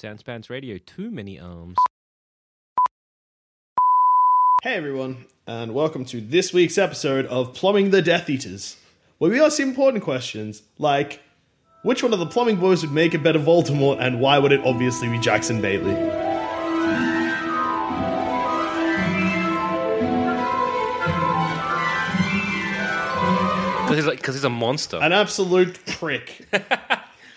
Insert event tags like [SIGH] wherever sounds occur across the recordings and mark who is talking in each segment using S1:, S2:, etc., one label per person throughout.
S1: Soundspans Radio, too many arms.
S2: Hey everyone, and welcome to this week's episode of Plumbing the Death Eaters, where we ask important questions like which one of the plumbing boys would make a better Voldemort and why would it obviously be Jackson Bailey?
S3: Because he's like, because he's a monster.
S2: An absolute
S1: [LAUGHS]
S2: prick.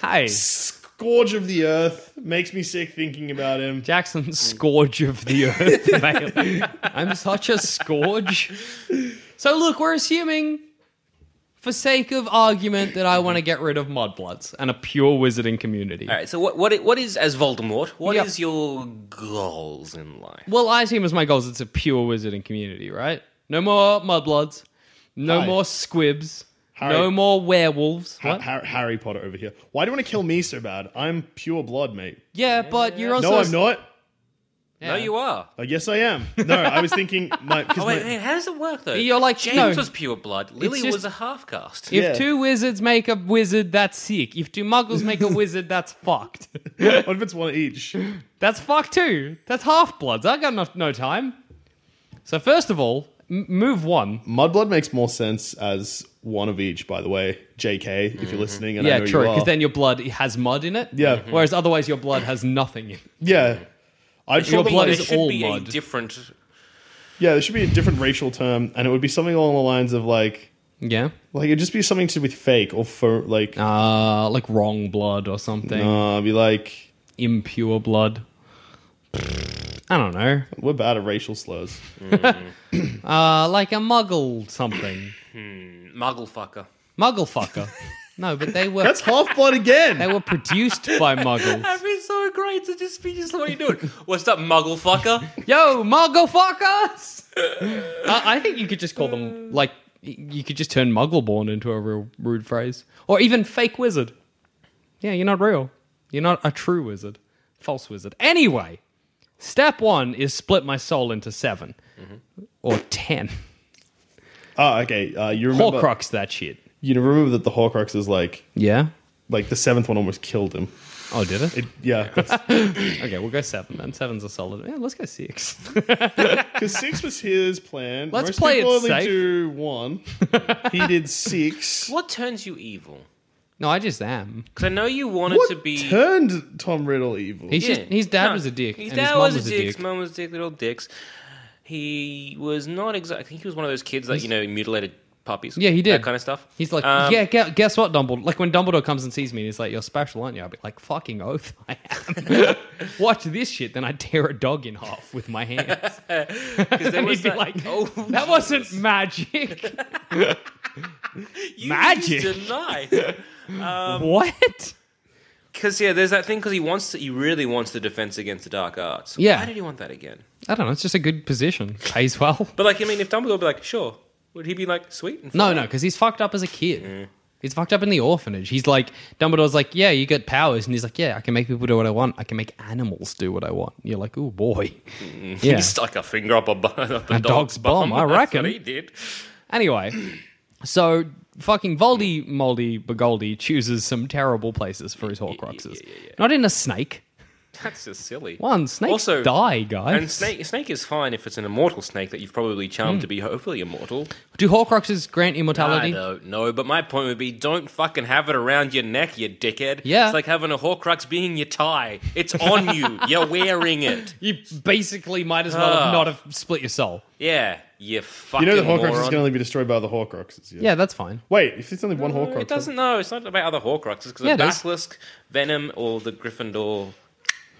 S1: Hey,
S2: Scourge of the earth makes me sick thinking about him.
S1: Jackson, scourge of the
S2: [LAUGHS]
S1: earth. mate. I'm such a scourge. So look, we're assuming, for sake of argument, that I want to get rid of mudbloods and a pure wizarding community.
S3: All right. So what what i- what is as Voldemort? What is
S1: Yep.
S3: your goals in life?
S1: Well, I assume as my goals, it's a pure wizarding community, right? No more mudbloods. No
S2: Hi.
S1: more squibs.
S2: Harry.
S1: No more werewolves.
S2: Ha-
S1: What?
S2: Har- Harry Potter over here. Why do you want to kill me so bad? I'm pure blood, mate.
S1: Yeah, but you're also
S2: No, I'm not.
S3: No, you are.
S2: Uh, yes, I am. No, I was thinking.
S1: [LAUGHS]
S2: My, 'cause
S3: Oh, wait,
S2: my-
S3: wait, how does it work though?
S1: You're like-
S3: James
S1: no.
S3: was pure blood. Lily
S1: just-
S3: was a half caste.
S1: If
S2: Yeah.
S1: two wizards make a wizard, that's sick. If two muggles
S2: [LAUGHS]
S1: make a wizard, that's fucked.
S2: what if it's one each?
S1: That's fucked too. That's half bloods. I got no, no time. So first of all, m- move one.
S2: Mudblood makes more sense as one of each, by the way. JK, if
S3: Mm-hmm.
S2: you're listening, and I
S1: yeah,
S2: know
S1: true.
S2: you are.
S1: Because then your blood has mud in it. Mm-hmm.
S2: Yeah. Mhm.
S1: Whereas otherwise your blood has nothing. in it.
S2: yeah, I'd
S1: Your
S2: probably-
S1: blood
S3: there
S1: is
S3: should
S1: all
S3: be
S1: mud.
S3: a different.
S2: yeah, there should be a different racial term, and it would be something along the lines of like,
S1: Yeah.
S2: like it'd just be something to do with fake or for like, uh,
S1: Uh, like wrong blood or something.
S2: be like,
S1: Impure blood. I don't know.
S2: we're bad at
S3: [LAUGHS]
S2: racial slurs.
S1: Uh, like a muggle something.
S3: Muggle fucker.
S1: Muggle
S2: [LAUGHS]
S1: fucker. no, but they were
S2: That's half blood
S1: they
S2: again.
S1: were produced by
S2: [LAUGHS]
S1: muggles.
S3: That'd be so great to just be just what you doing. [LAUGHS] What's up, muggle fucker?
S1: Yo, muggle fuckers! I, I think you could just call them, like, y- you could just turn muggleborn into a real rude phrase. Or even fake wizard. Yeah, you're not real. You're not a true wizard. False wizard. Anyway, step one is split my soul into 7
S3: Mm-hmm.
S1: Or ten.
S2: Oh, okay. Uh, you remember?
S1: Horcrux that shit.
S2: You remember that the Horcrux is like,
S1: Yeah?
S2: like the seventh one almost killed him.
S1: Oh, did it?
S2: It, yeah,
S1: [LAUGHS] Okay, we'll go seven then. Seven's a solid. Yeah, let's
S3: [LAUGHS]
S1: go six.
S2: because six was his plan.
S1: Let's
S2: Most
S1: play
S2: people
S1: it
S2: only
S1: safe.
S2: do
S1: [LAUGHS]
S2: one. he did six.
S3: What turns you evil?
S1: no, I just am.
S3: Because I know you wanted
S2: What
S3: to be.
S2: turned Tom Riddle evil?
S1: He's
S3: Yeah.
S1: just, his dad
S3: No,
S1: was a dick.
S3: His
S1: and
S3: dad
S1: his mum
S3: was,
S1: was
S3: a dick.
S1: dick.
S3: His mum was a dick. Little dicks. He was not exactly. I think he was one of those kids that you know mutilated puppies.
S1: Yeah, he did.
S3: that kind of stuff.
S1: He's like,
S3: Um,
S1: yeah, gu- guess what, Dumbledore? Like when Dumbledore comes and sees me, and he's like, "You're special, aren't you?" I'll be like, "Fucking oath, I am." [LAUGHS] Watch this shit. Then I tear a dog in half with
S3: [LAUGHS]
S1: my hands.
S3: Because there
S1: [LAUGHS] And
S3: was
S1: he'd be
S3: that-
S1: like,
S3: oh,
S1: [LAUGHS] that wasn't magic." [LAUGHS]
S3: you
S1: magic. [LAUGHS]
S3: Deny. Um,
S1: what?
S3: Because yeah, there's that thing because he wants to. He really wants the defense against the dark arts.
S1: Yeah.
S3: Why did he want that again?
S1: I don't know. It's just a good position. Pays well. [LAUGHS]
S3: But like, I mean, if Dumbledore would be like, sure, would he be like, sweet? And
S1: No,
S3: fine?
S1: no, because he's fucked up as a kid. He's fucked up in the orphanage. He's like, Dumbledore's like, yeah, you get powers, and he's like, yeah, I can make people do what I want. I can make animals do what I want. And you're like, oh boy. Yeah.
S3: He [LAUGHS] stuck a finger up a, bu- [LAUGHS] up
S1: A dog's bum, I
S3: That's what
S1: reckon.
S3: he did. [LAUGHS]
S1: Anyway, so fucking Voldy Moldy Bagoldy chooses some terrible places for his Horcruxes. Not in a snake.
S3: That's just silly.
S1: One, snakes
S3: Also-
S1: die, guys.
S3: And snake, snake is fine if it's an immortal snake that you've probably
S1: Hmm.
S3: charmed to be hopefully immortal.
S1: Do Horcruxes grant
S3: I
S1: immortality?
S3: don't know, but my point would be don't fucking have it around your neck, you dickhead.
S1: Yeah.
S3: It's like having a Horcrux being your tie. It's on
S1: [LAUGHS]
S3: you. You're wearing it.
S1: you basically might as well have
S3: Ah.
S1: not have split your soul.
S3: Yeah, you fucking
S2: You know the Horcrux
S3: moron.
S2: is going to be destroyed by other Horcruxes. Yeah.
S1: Yeah, that's fine.
S2: Wait, if it's only one
S3: No,
S2: Horcrux,
S3: It doesn't. No, it's not about other Horcruxes because
S1: Yeah,
S3: the
S1: it is.
S3: Basilisk, Venom, or the Gryffindor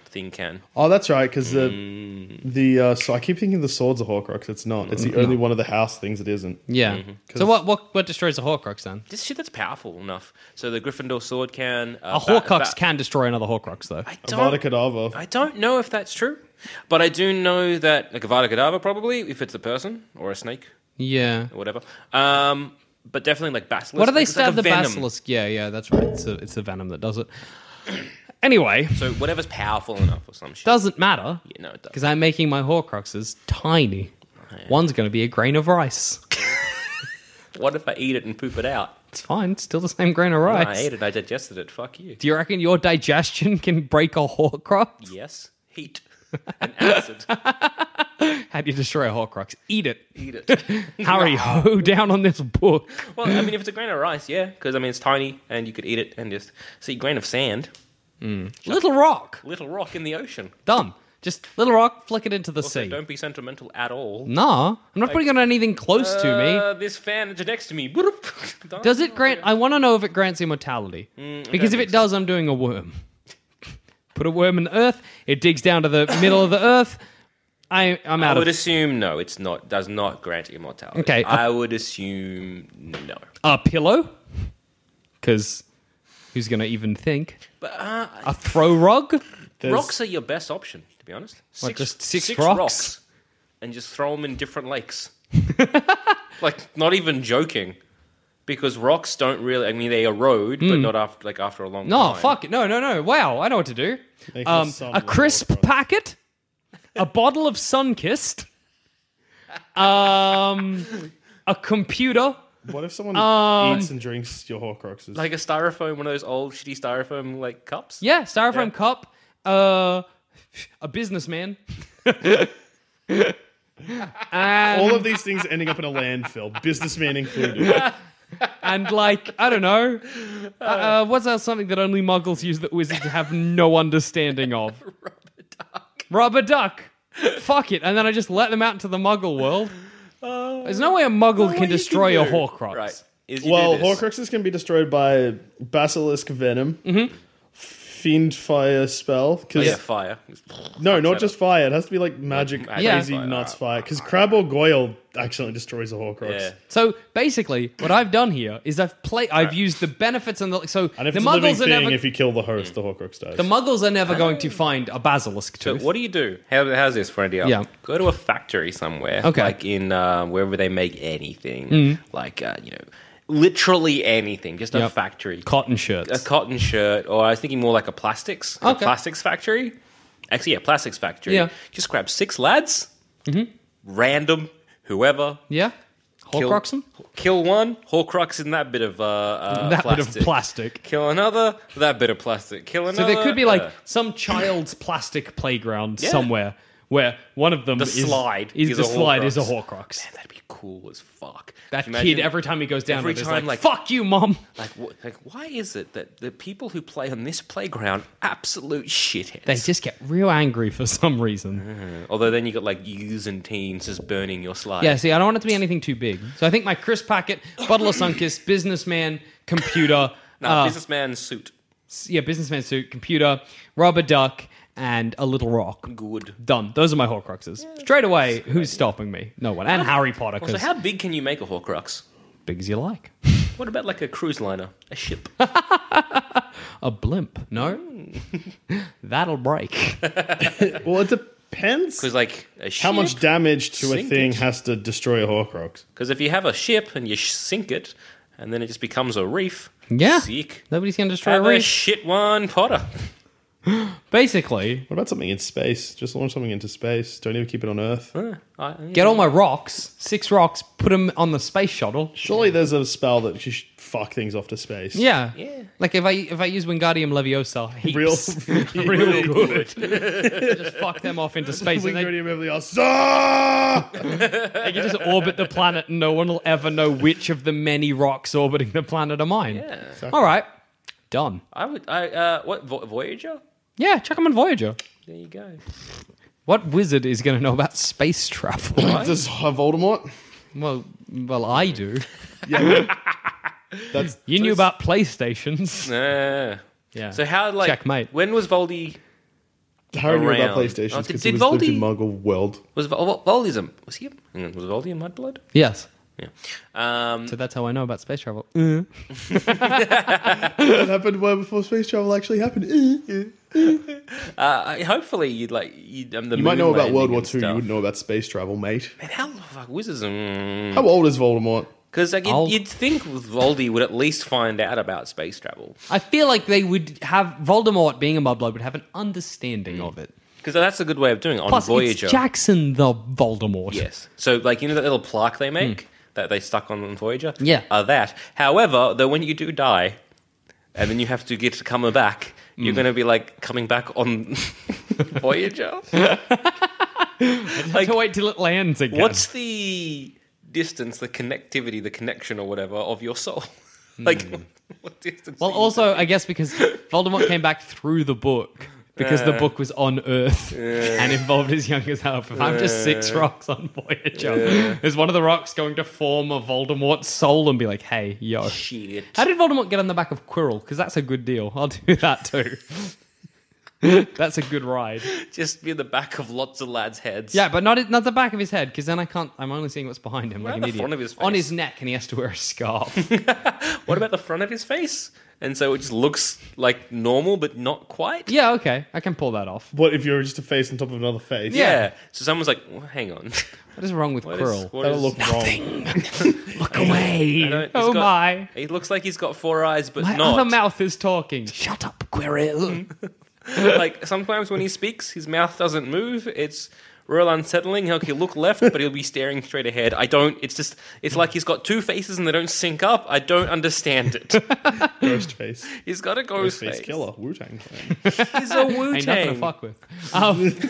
S3: thing can.
S2: Oh, that's right, because the
S3: Mm.
S2: the uh, so I keep thinking the sword's a Horcrux. It's not. It's the only one of the house things it isn't.
S1: Yeah.
S3: Mm-hmm.
S1: So what, what what destroys a Horcrux then?
S3: Just shit that's powerful enough. So the Gryffindor sword can. Uh,
S1: A
S3: ba-
S1: Horcrux
S3: ba-
S1: can destroy another Horcrux though.
S3: I
S2: Avada
S3: don't,
S2: Kedavra.
S3: I don't know if that's true, but I do know that like Avada Kedavra probably if it's a person or a snake
S1: Yeah.
S3: or whatever. Um, but definitely like basilisk.
S1: What do they
S3: It's like
S1: stab
S3: a
S1: the
S3: venom.
S1: basilisk? Yeah, yeah, that's right. It's a, it's the venom that does it. [CLEARS THROAT] Anyway,
S3: So whatever's powerful enough or some shit.
S1: doesn't matter
S3: yeah, no, it doesn't.
S1: because I'm making my Horcruxes tiny. One's going to be a grain of rice.
S3: What if I eat it and poop it out?
S1: It's fine. It's still the same grain of
S3: I
S1: rice.
S3: ate it. I digested it. Fuck you.
S1: Do you reckon your digestion can break a Horcrux?
S3: Yes, heat and
S1: [LAUGHS]
S3: acid.
S1: How do you destroy a Horcrux? Eat it.
S3: eat it.
S1: [LAUGHS] Harry, ho down on this book.
S3: Well, I mean, if it's a grain of rice, yeah, because I mean it's tiny and you could eat it and just see grain of sand,
S1: Little rock.
S3: little rock in the ocean.
S1: Dumb. Just little rock, flick it into the
S3: Also,
S1: sea.
S3: don't be sentimental at all.
S1: Nah, I'm not putting it on anything close to me.
S3: Uh, this fan that's next to me. Boop. Don't-
S1: [LAUGHS] Does it grant? I want to know if it grants immortality.
S3: Mm,
S1: because if it does, I'm doing a worm. [LAUGHS] Put a worm in the earth. It digs down to the [COUGHS] middle of the earth. I, I'm
S3: I
S1: out
S3: would
S1: of.
S3: assume no. It's not. Does not grant immortality.
S1: Okay, uh-
S3: I would assume no.
S1: a pillow. Because who's gonna even think?
S3: But uh,
S1: A throw rug.
S2: There's-
S3: rocks are your best option, to be honest. Six,
S1: just six rocks?
S3: and just throw them in different lakes. [LAUGHS] like, not even joking, because rocks don't really. I mean, they erode, but not after like after a long
S1: Hmm. No,
S3: time.
S1: fuck it. No, no, no. Wow, I know what to do.
S2: Make a
S1: Um,
S2: sun
S1: a
S2: with
S1: crisp
S2: Horcrux.
S1: packet,
S3: [LAUGHS]
S1: a bottle of Sunkist, um, a computer.
S2: What if someone eats and drinks your Horcruxes?
S3: Um, Like a styrofoam, one of those old shitty styrofoam like cups.
S1: Yeah, styrofoam cup. Uh, a businessman.
S2: all
S3: um,
S2: of these things ending up in
S3: [LAUGHS]
S2: a landfill, businessman included.
S1: and like I don't know, uh, uh, what's else something that only muggles use that wizards have no understanding of? Rubber duck. Rubber duck. Fuck it, and then I just let them out into the muggle world. There's no way a muggle can destroy a Horcrux.
S3: Right. Is you
S2: Well,
S3: do this.
S2: Horcruxes can be destroyed by basilisk venom, fiend fire spell. Because
S3: Mm-hmm. Oh, Yeah, fire.
S2: no, not just fire. It has to be like magic,
S3: Yeah.
S2: crazy
S3: fire,
S2: nuts
S3: right.
S2: fire. Because crab or goyle accidentally destroys a Horcrux.
S3: Yeah.
S1: So basically, what I've done here is I've played. I've used the benefits and the so
S2: And if
S1: the
S2: it's a living
S1: muggles are
S2: thing,
S1: never
S2: if you kill the
S3: Mm.
S2: host, the Horcrux dies.
S1: the muggles are never going to find a basilisk
S3: But
S1: tooth.
S3: what do you do? How, how's this for an idea?
S1: Yeah.
S3: Go to a factory somewhere.
S1: Okay. Hmm.
S3: Like in uh, wherever they make anything. Like, uh, you know, literally anything. Just a
S1: Yep.
S3: factory.
S1: Cotton shirts.
S3: a cotton shirt, or I was thinking more like a plastics, like
S1: Okay.
S3: a plastics factory. Actually, yeah, plastics factory.
S1: Yeah. Mm-hmm.
S3: Just grab six lads, random, whoever.
S1: yeah,
S3: Kill-
S1: Horcrux them.
S3: Kill one, Horcrux in that bit of uh, uh,
S1: [LAUGHS] that
S3: plastic.
S1: bit of plastic.
S3: Kill another, that bit of plastic. Kill
S1: So
S3: another.
S1: there could be like
S3: uh,
S1: some child's plastic playground
S3: Yeah.
S1: somewhere where one of them
S3: The
S1: is,
S3: slide
S1: is,
S3: is
S1: the
S3: a
S1: slide
S3: Horcrux.
S1: is a Horcrux.
S3: Man, that'd be cool as fuck.
S1: That
S3: Could you
S1: kid
S3: imagine-
S1: every time he goes down,
S3: every
S1: every
S3: time,
S1: time like,
S3: like-
S1: "Fuck you, mom."
S3: Like, wh- like, why is it that the people who play on this playground absolute shitheads?
S1: They just get real angry for some reason.
S3: Although then you got like youths and teens just burning your slide.
S1: Yeah, see, I don't want it to be anything too big. So I think my crisp packet, bottle of Sunkist, businessman,
S3: [LAUGHS]
S1: computer,
S3: No,
S1: uh,
S3: businessman suit.
S1: yeah, businessman suit, computer, rubber duck, and a little rock.
S3: Good.
S1: Done. Those are my Horcruxes. Straight away, who's stopping me? No one. And Harry Potter,
S3: So
S1: because
S3: how big can you make a Horcrux?
S1: big as you like.
S3: What about like a cruise liner, a
S1: [LAUGHS]
S3: ship?
S1: A blimp. No. [LAUGHS] That'll break.
S2: well, it depends
S3: Because like a ship,
S2: how much damage to a
S3: Sink
S2: thing
S3: it.
S2: has to destroy a Horcrux.
S3: Because if you have a ship and you sh- sink it, and then it just becomes a reef.
S1: Yeah.
S3: Sick.
S1: Nobody's going to destroy
S3: Have
S1: a
S3: a
S1: reef.
S3: shit one Potter.
S1: Basically,
S2: What about something in space? Just launch something into space. Don't even keep it on Earth.
S3: I-
S1: get all my rocks, six rocks, put them on the space shuttle.
S2: Surely there's a spell that you should fuck things off to space.
S1: Yeah.
S3: Yeah.
S1: Like if I if I use Wingardium Leviosa, [LAUGHS] heaps,
S2: Real,
S1: really [LAUGHS] good. just fuck them off into space, and they,
S2: Wingardium Leviosa!
S1: they can just orbit the planet, and no one will ever know which of the many rocks orbiting the planet are mine.
S3: Yeah.
S1: All right, done.
S3: I would. I uh, what Vo- Voyager?
S1: Yeah, chuck them on Voyager.
S3: There you go.
S1: What wizard is going to know about space travel? [LAUGHS]
S2: Does uh, Voldemort?
S1: well, well, I do.
S2: That's
S1: You knew
S3: [LAUGHS]
S1: about PlayStations.
S3: Nah.
S1: Yeah.
S3: So how like
S1: Checkmate.
S3: When was Voldy
S2: Harry knew about
S3: Around.
S2: PlayStation
S3: Oh,
S2: because
S3: did-
S2: he
S3: did
S2: was lived in
S3: Voldy-
S2: Muggle world.
S3: Was Vol- Voldyism? Was he? hang on, Was Voldy a mudblood?
S1: Yes.
S3: Yeah. Um,
S1: So that's how I know about space travel.
S2: That happened well before space travel actually happened. Eh, eh.
S3: uh, I- hopefully, you'd like you'd, um, the
S2: You might know
S3: moon
S2: about World
S3: landing
S2: War
S3: and
S2: Two. You
S3: stuff.
S2: wouldn't know about space travel, mate.
S3: Man, how the fuck wizards?
S2: How old is Voldemort?
S3: Because like,
S1: I'll-
S3: you'd, you'd think Voldy would at least find out about space travel.
S1: I feel like they would have Voldemort being a mudblood would have an understanding of it.
S3: Because that's Mm. a good way of doing it on
S1: Plus,
S3: Voyager.
S1: it's Jackson the Voldemort.
S3: Yes. So, like, you know that little plaque they make that they stuck on Voyager?
S1: Hmm. Yeah.
S3: Are that. However, though, when you do die and then you have to get to come back, you're
S1: Hmm.
S3: going to be, like, coming back on [LAUGHS] Voyager?
S1: I have [LAUGHS] to wait till it lands again.
S3: What's the distance, the connectivity, the connection or whatever of your soul? [LAUGHS] like, what distance?
S1: Hmm. well,
S3: are you-
S1: also, I guess
S3: [LAUGHS]
S1: because Voldemort came back through the book because the book was on Earth and involved his youngest half. If I'm just six rocks on Voyager, is one of the rocks going to form a Voldemort soul and be like, hey, yo.
S3: Shit.
S1: How did Voldemort get on the back of Quirrell? Because that's a good deal. I'll do that too. [LAUGHS] that's a good ride.
S3: Just be in the back of lots of lads' heads.
S1: Yeah, but not not the back of his head, because then I can't. I'm only seeing what's behind him.
S3: What
S1: Like an
S3: about the
S1: idiot.
S3: front of his
S1: On
S3: face?
S1: his neck, and he has to wear a scarf.
S3: [LAUGHS]
S1: [LAUGHS]
S3: What about the front of his face? And so it just looks like normal, but not quite.
S1: yeah, okay, I can pull that off.
S2: What if you're just a face on top of another face?
S3: Yeah. So someone's like, well, hang on. [LAUGHS]
S1: What is wrong with
S3: What is-
S1: Quirrell?
S3: what
S2: that'll
S3: is-
S2: look wrong.
S1: Look away!
S3: I don't- he's
S1: oh
S3: got-
S1: my!
S3: He looks like he's got four eyes, but
S1: My
S3: not.
S1: other mouth is talking. Shut up,
S2: Hmm.
S1: Quirrell.
S3: like sometimes when he speaks, his mouth doesn't move. It's real unsettling. He'll, he'll look left, but he'll be staring straight ahead. I don't. It's just. It's like he's got two faces and they don't sync up. I don't understand it. [LAUGHS]
S2: Ghost face.
S3: he's got a ghost
S2: Ghost face
S3: face.
S2: killer. Wu Tang Clan.
S3: He's a Wu
S1: Ain't nothing to
S3: Tang.
S1: fuck with.
S3: [LAUGHS]
S1: Um, so-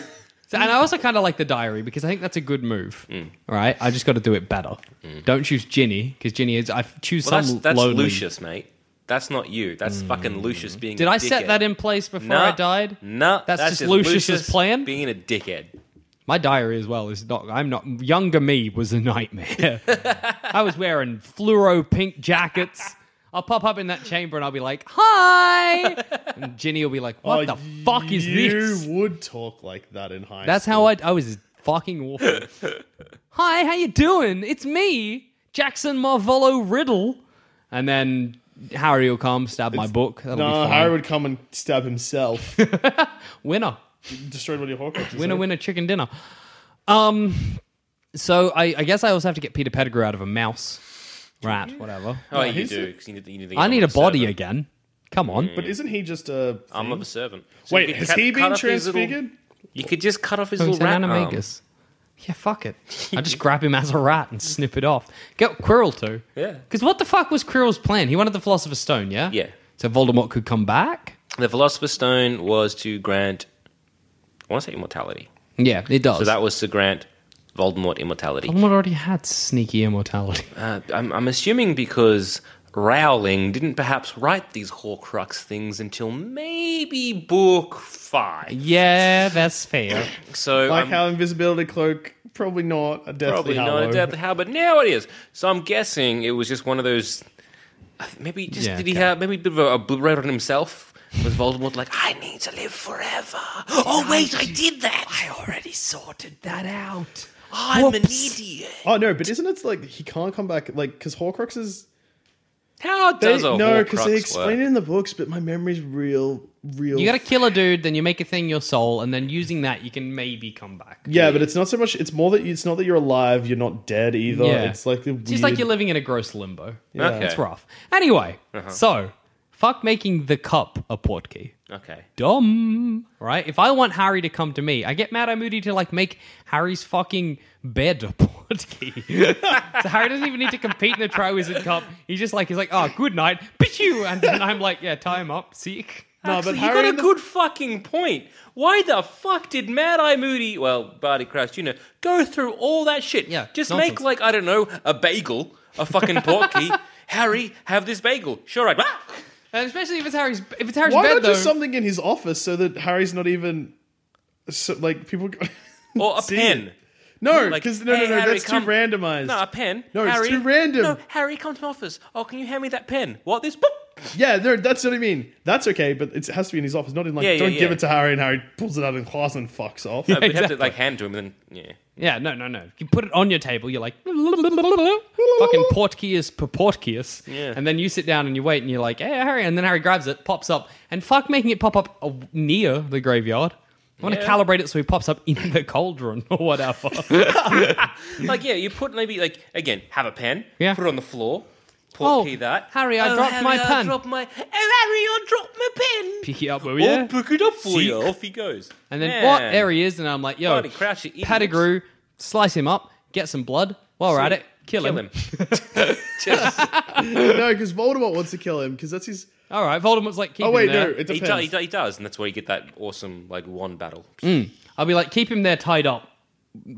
S1: and I also kind of like the diary because I think that's a good move.
S3: Mm.
S1: All right, I just got to do it better. Don't choose Ginny because Ginny is. I choose
S3: Well, that's
S1: some
S3: that's
S1: lonely.
S3: Lucius, mate. That's not you. That's fucking Lucius being.
S1: Did
S3: I
S1: I set that in place before I died?
S3: No,
S1: That's just Lucius's plan?
S3: Being a dickhead.
S1: My diary as well is not. I'm not. Younger me was
S2: [LAUGHS]
S1: a nightmare. I was wearing fluoro pink jackets. I'll pop up in that chamber and I'll be like,
S2: [LAUGHS]
S1: "Hi," and Ginny will be like, "What
S2: Oh,
S1: the fuck is this?"
S2: You would talk like that in high
S1: That's
S2: school.
S1: how I. I was fucking
S2: [LAUGHS]
S1: awful. Hi, how you doing? It's me, Jackson Marvolo Riddle. And then Harry will come, stab my book. That'll
S2: No,
S1: be fine.
S2: Harry would come and stab himself.
S3: [LAUGHS]
S1: Winner.
S2: Destroyed one of your Horcruxes.
S1: Winner,
S2: eh?
S1: winner, chicken dinner. Um, so I, I guess I also have to get Peter Pettigrew out of a mouse. Rat, whatever.
S3: Oh, you
S2: he's
S3: do. 'cause you need, you need to get
S1: I
S3: on
S1: need
S3: the
S1: a body
S3: server.
S1: again. Come on.
S3: Mm.
S2: But isn't he just a?
S3: Arm of a servant. Um, So you
S2: Wait,
S3: could
S2: has
S3: cut-
S2: he
S3: cut
S2: been
S3: off his little-
S2: transfigured?
S3: you could just cut off his
S1: Oh, he's
S3: little rat
S1: an
S3: arm.
S1: animagus. Yeah, fuck it.
S3: [LAUGHS]
S1: I just grab him as a rat and snip it off. Get Quirrell too.
S3: Yeah.
S1: Because what the fuck was Quirrell's plan? He wanted the Philosopher's Stone, yeah?
S3: Yeah.
S1: So Voldemort could come back?
S3: The Philosopher's Stone was to grant, I want to say immortality.
S1: Yeah, it does.
S3: So that was to grant Voldemort immortality.
S1: Voldemort already had
S3: [LAUGHS]
S1: sneaky immortality.
S3: Uh, I'm, I'm assuming because Rowling didn't perhaps write these Horcrux things until maybe book five.
S1: yeah, that's fair.
S3: So
S2: Like
S3: I'm
S2: how invisibility cloak? Probably not a deathly
S3: um, probably
S2: hallow.
S3: not a deathly hallow, but now it is. So I'm guessing it was just one of those. I th- Maybe just
S1: Yeah,
S3: did he
S1: okay.
S3: have maybe a bit of a, a blue red on himself? Was Voldemort like I need to live forever? oh wait, I did that. I already sorted that out. I'm an
S1: Whoops.
S3: idiot.
S2: Oh no, but isn't it like he can't come back? Like because Horcruxes.
S3: How
S2: They,
S3: does a
S2: no,
S3: Horcrux
S2: they explain
S3: work?
S2: it in the books, but my memory's real, real.
S1: You gotta kill a dude, then you make a thing your soul, and then using that you can maybe come back.
S2: yeah, but it's not so much. It's more that you, it's not that you're alive. You're not dead either.
S1: Yeah.
S2: It's like the weird,
S1: It's just like you're living in a gross limbo.
S3: Okay.
S1: It's rough. Anyway, so fuck making the cup a portkey.
S3: Okay.
S1: Dumb, right? If I want Harry to come to me, I get Mad Eye Moody to like make Harry's fucking bed a portkey. [LAUGHS] so Harry doesn't even need to compete in the Triwizard Cup. He's just like, he's like, oh, good night, pichu, and then I'm like, yeah, tie him up, seek.
S2: No,
S3: Actually,
S2: but
S3: you
S2: Harry
S3: got a
S2: and the-
S3: good fucking point. Why the fuck did Mad Eye Moody, well, Barty Crouch Jr., go through all that shit?
S1: Yeah,
S3: Just
S1: nonsense.
S3: make, like, I don't know, a bagel, a fucking
S2: [LAUGHS]
S3: porky. Harry, have this bagel. Sure, I'd.
S1: And especially if it's Harry's, if it's Harry's
S2: Why
S1: bed
S2: not
S1: though.
S2: just something in his office so that Harry's not even so, like people? [LAUGHS]
S3: Or a
S2: See?
S3: pen.
S2: No,
S3: Like,
S2: because no,
S3: "Hey,
S2: no, no,
S3: Harry,
S2: that's
S3: come-
S2: too randomized.
S3: No, a pen.
S2: No, it's
S3: Harry,
S2: too random.
S3: No, Harry, come to my office. Oh, can you hand me that pen? What, this? Boop.
S2: Yeah, there- that's what I mean. That's okay, but it's- it has to be in his office, not in like.
S3: Yeah, yeah,
S2: don't give
S3: yeah.
S2: it to Harry, and Harry pulls it out in class and fucks off.
S3: Uh, but you have to like hand to him, and then yeah.
S1: Yeah, no, no, no. You put it on your table. You're like fucking portkeys per portkeys.
S3: Yeah.
S1: And then you sit down and you wait and you're like, hey, Harry. And then Harry grabs it, pops up, and fuck making it pop up uh, near the graveyard. I want to
S3: Yeah.
S1: calibrate it so he pops up [LAUGHS] in the cauldron
S3: [LAUGHS]
S1: or whatever.
S3: Like yeah, you put maybe like again, have a pen,
S1: Yeah.
S3: put it on the floor,
S1: Oh,
S3: portkey that.
S1: Harry, I
S3: oh,
S1: dropped
S3: Harry,
S1: my
S3: I
S1: pen.
S3: Dropped my, oh, Harry, I dropped my pen.
S1: Pick it up, will
S3: I'll
S1: ya?
S3: pick it up for you. Off he goes.
S1: And then
S3: Man.
S1: what? There he is. And I'm like, yo,
S3: Bloody Crouch, you idiot.
S1: Pettigrew, slice him up, get some blood. While we're at it, kill,
S3: Kill
S1: him. [LAUGHS]
S3: him. [LAUGHS]
S2: no, because Voldemort wants to kill him because that's his.
S1: All right, Voldemort's like, keep
S2: Oh
S1: him
S2: wait,
S1: there.
S2: no, it
S3: he, do- he,
S2: depends.
S3: do- he does, and that's where you get that awesome like one battle.
S1: I'll be like, keep him there tied up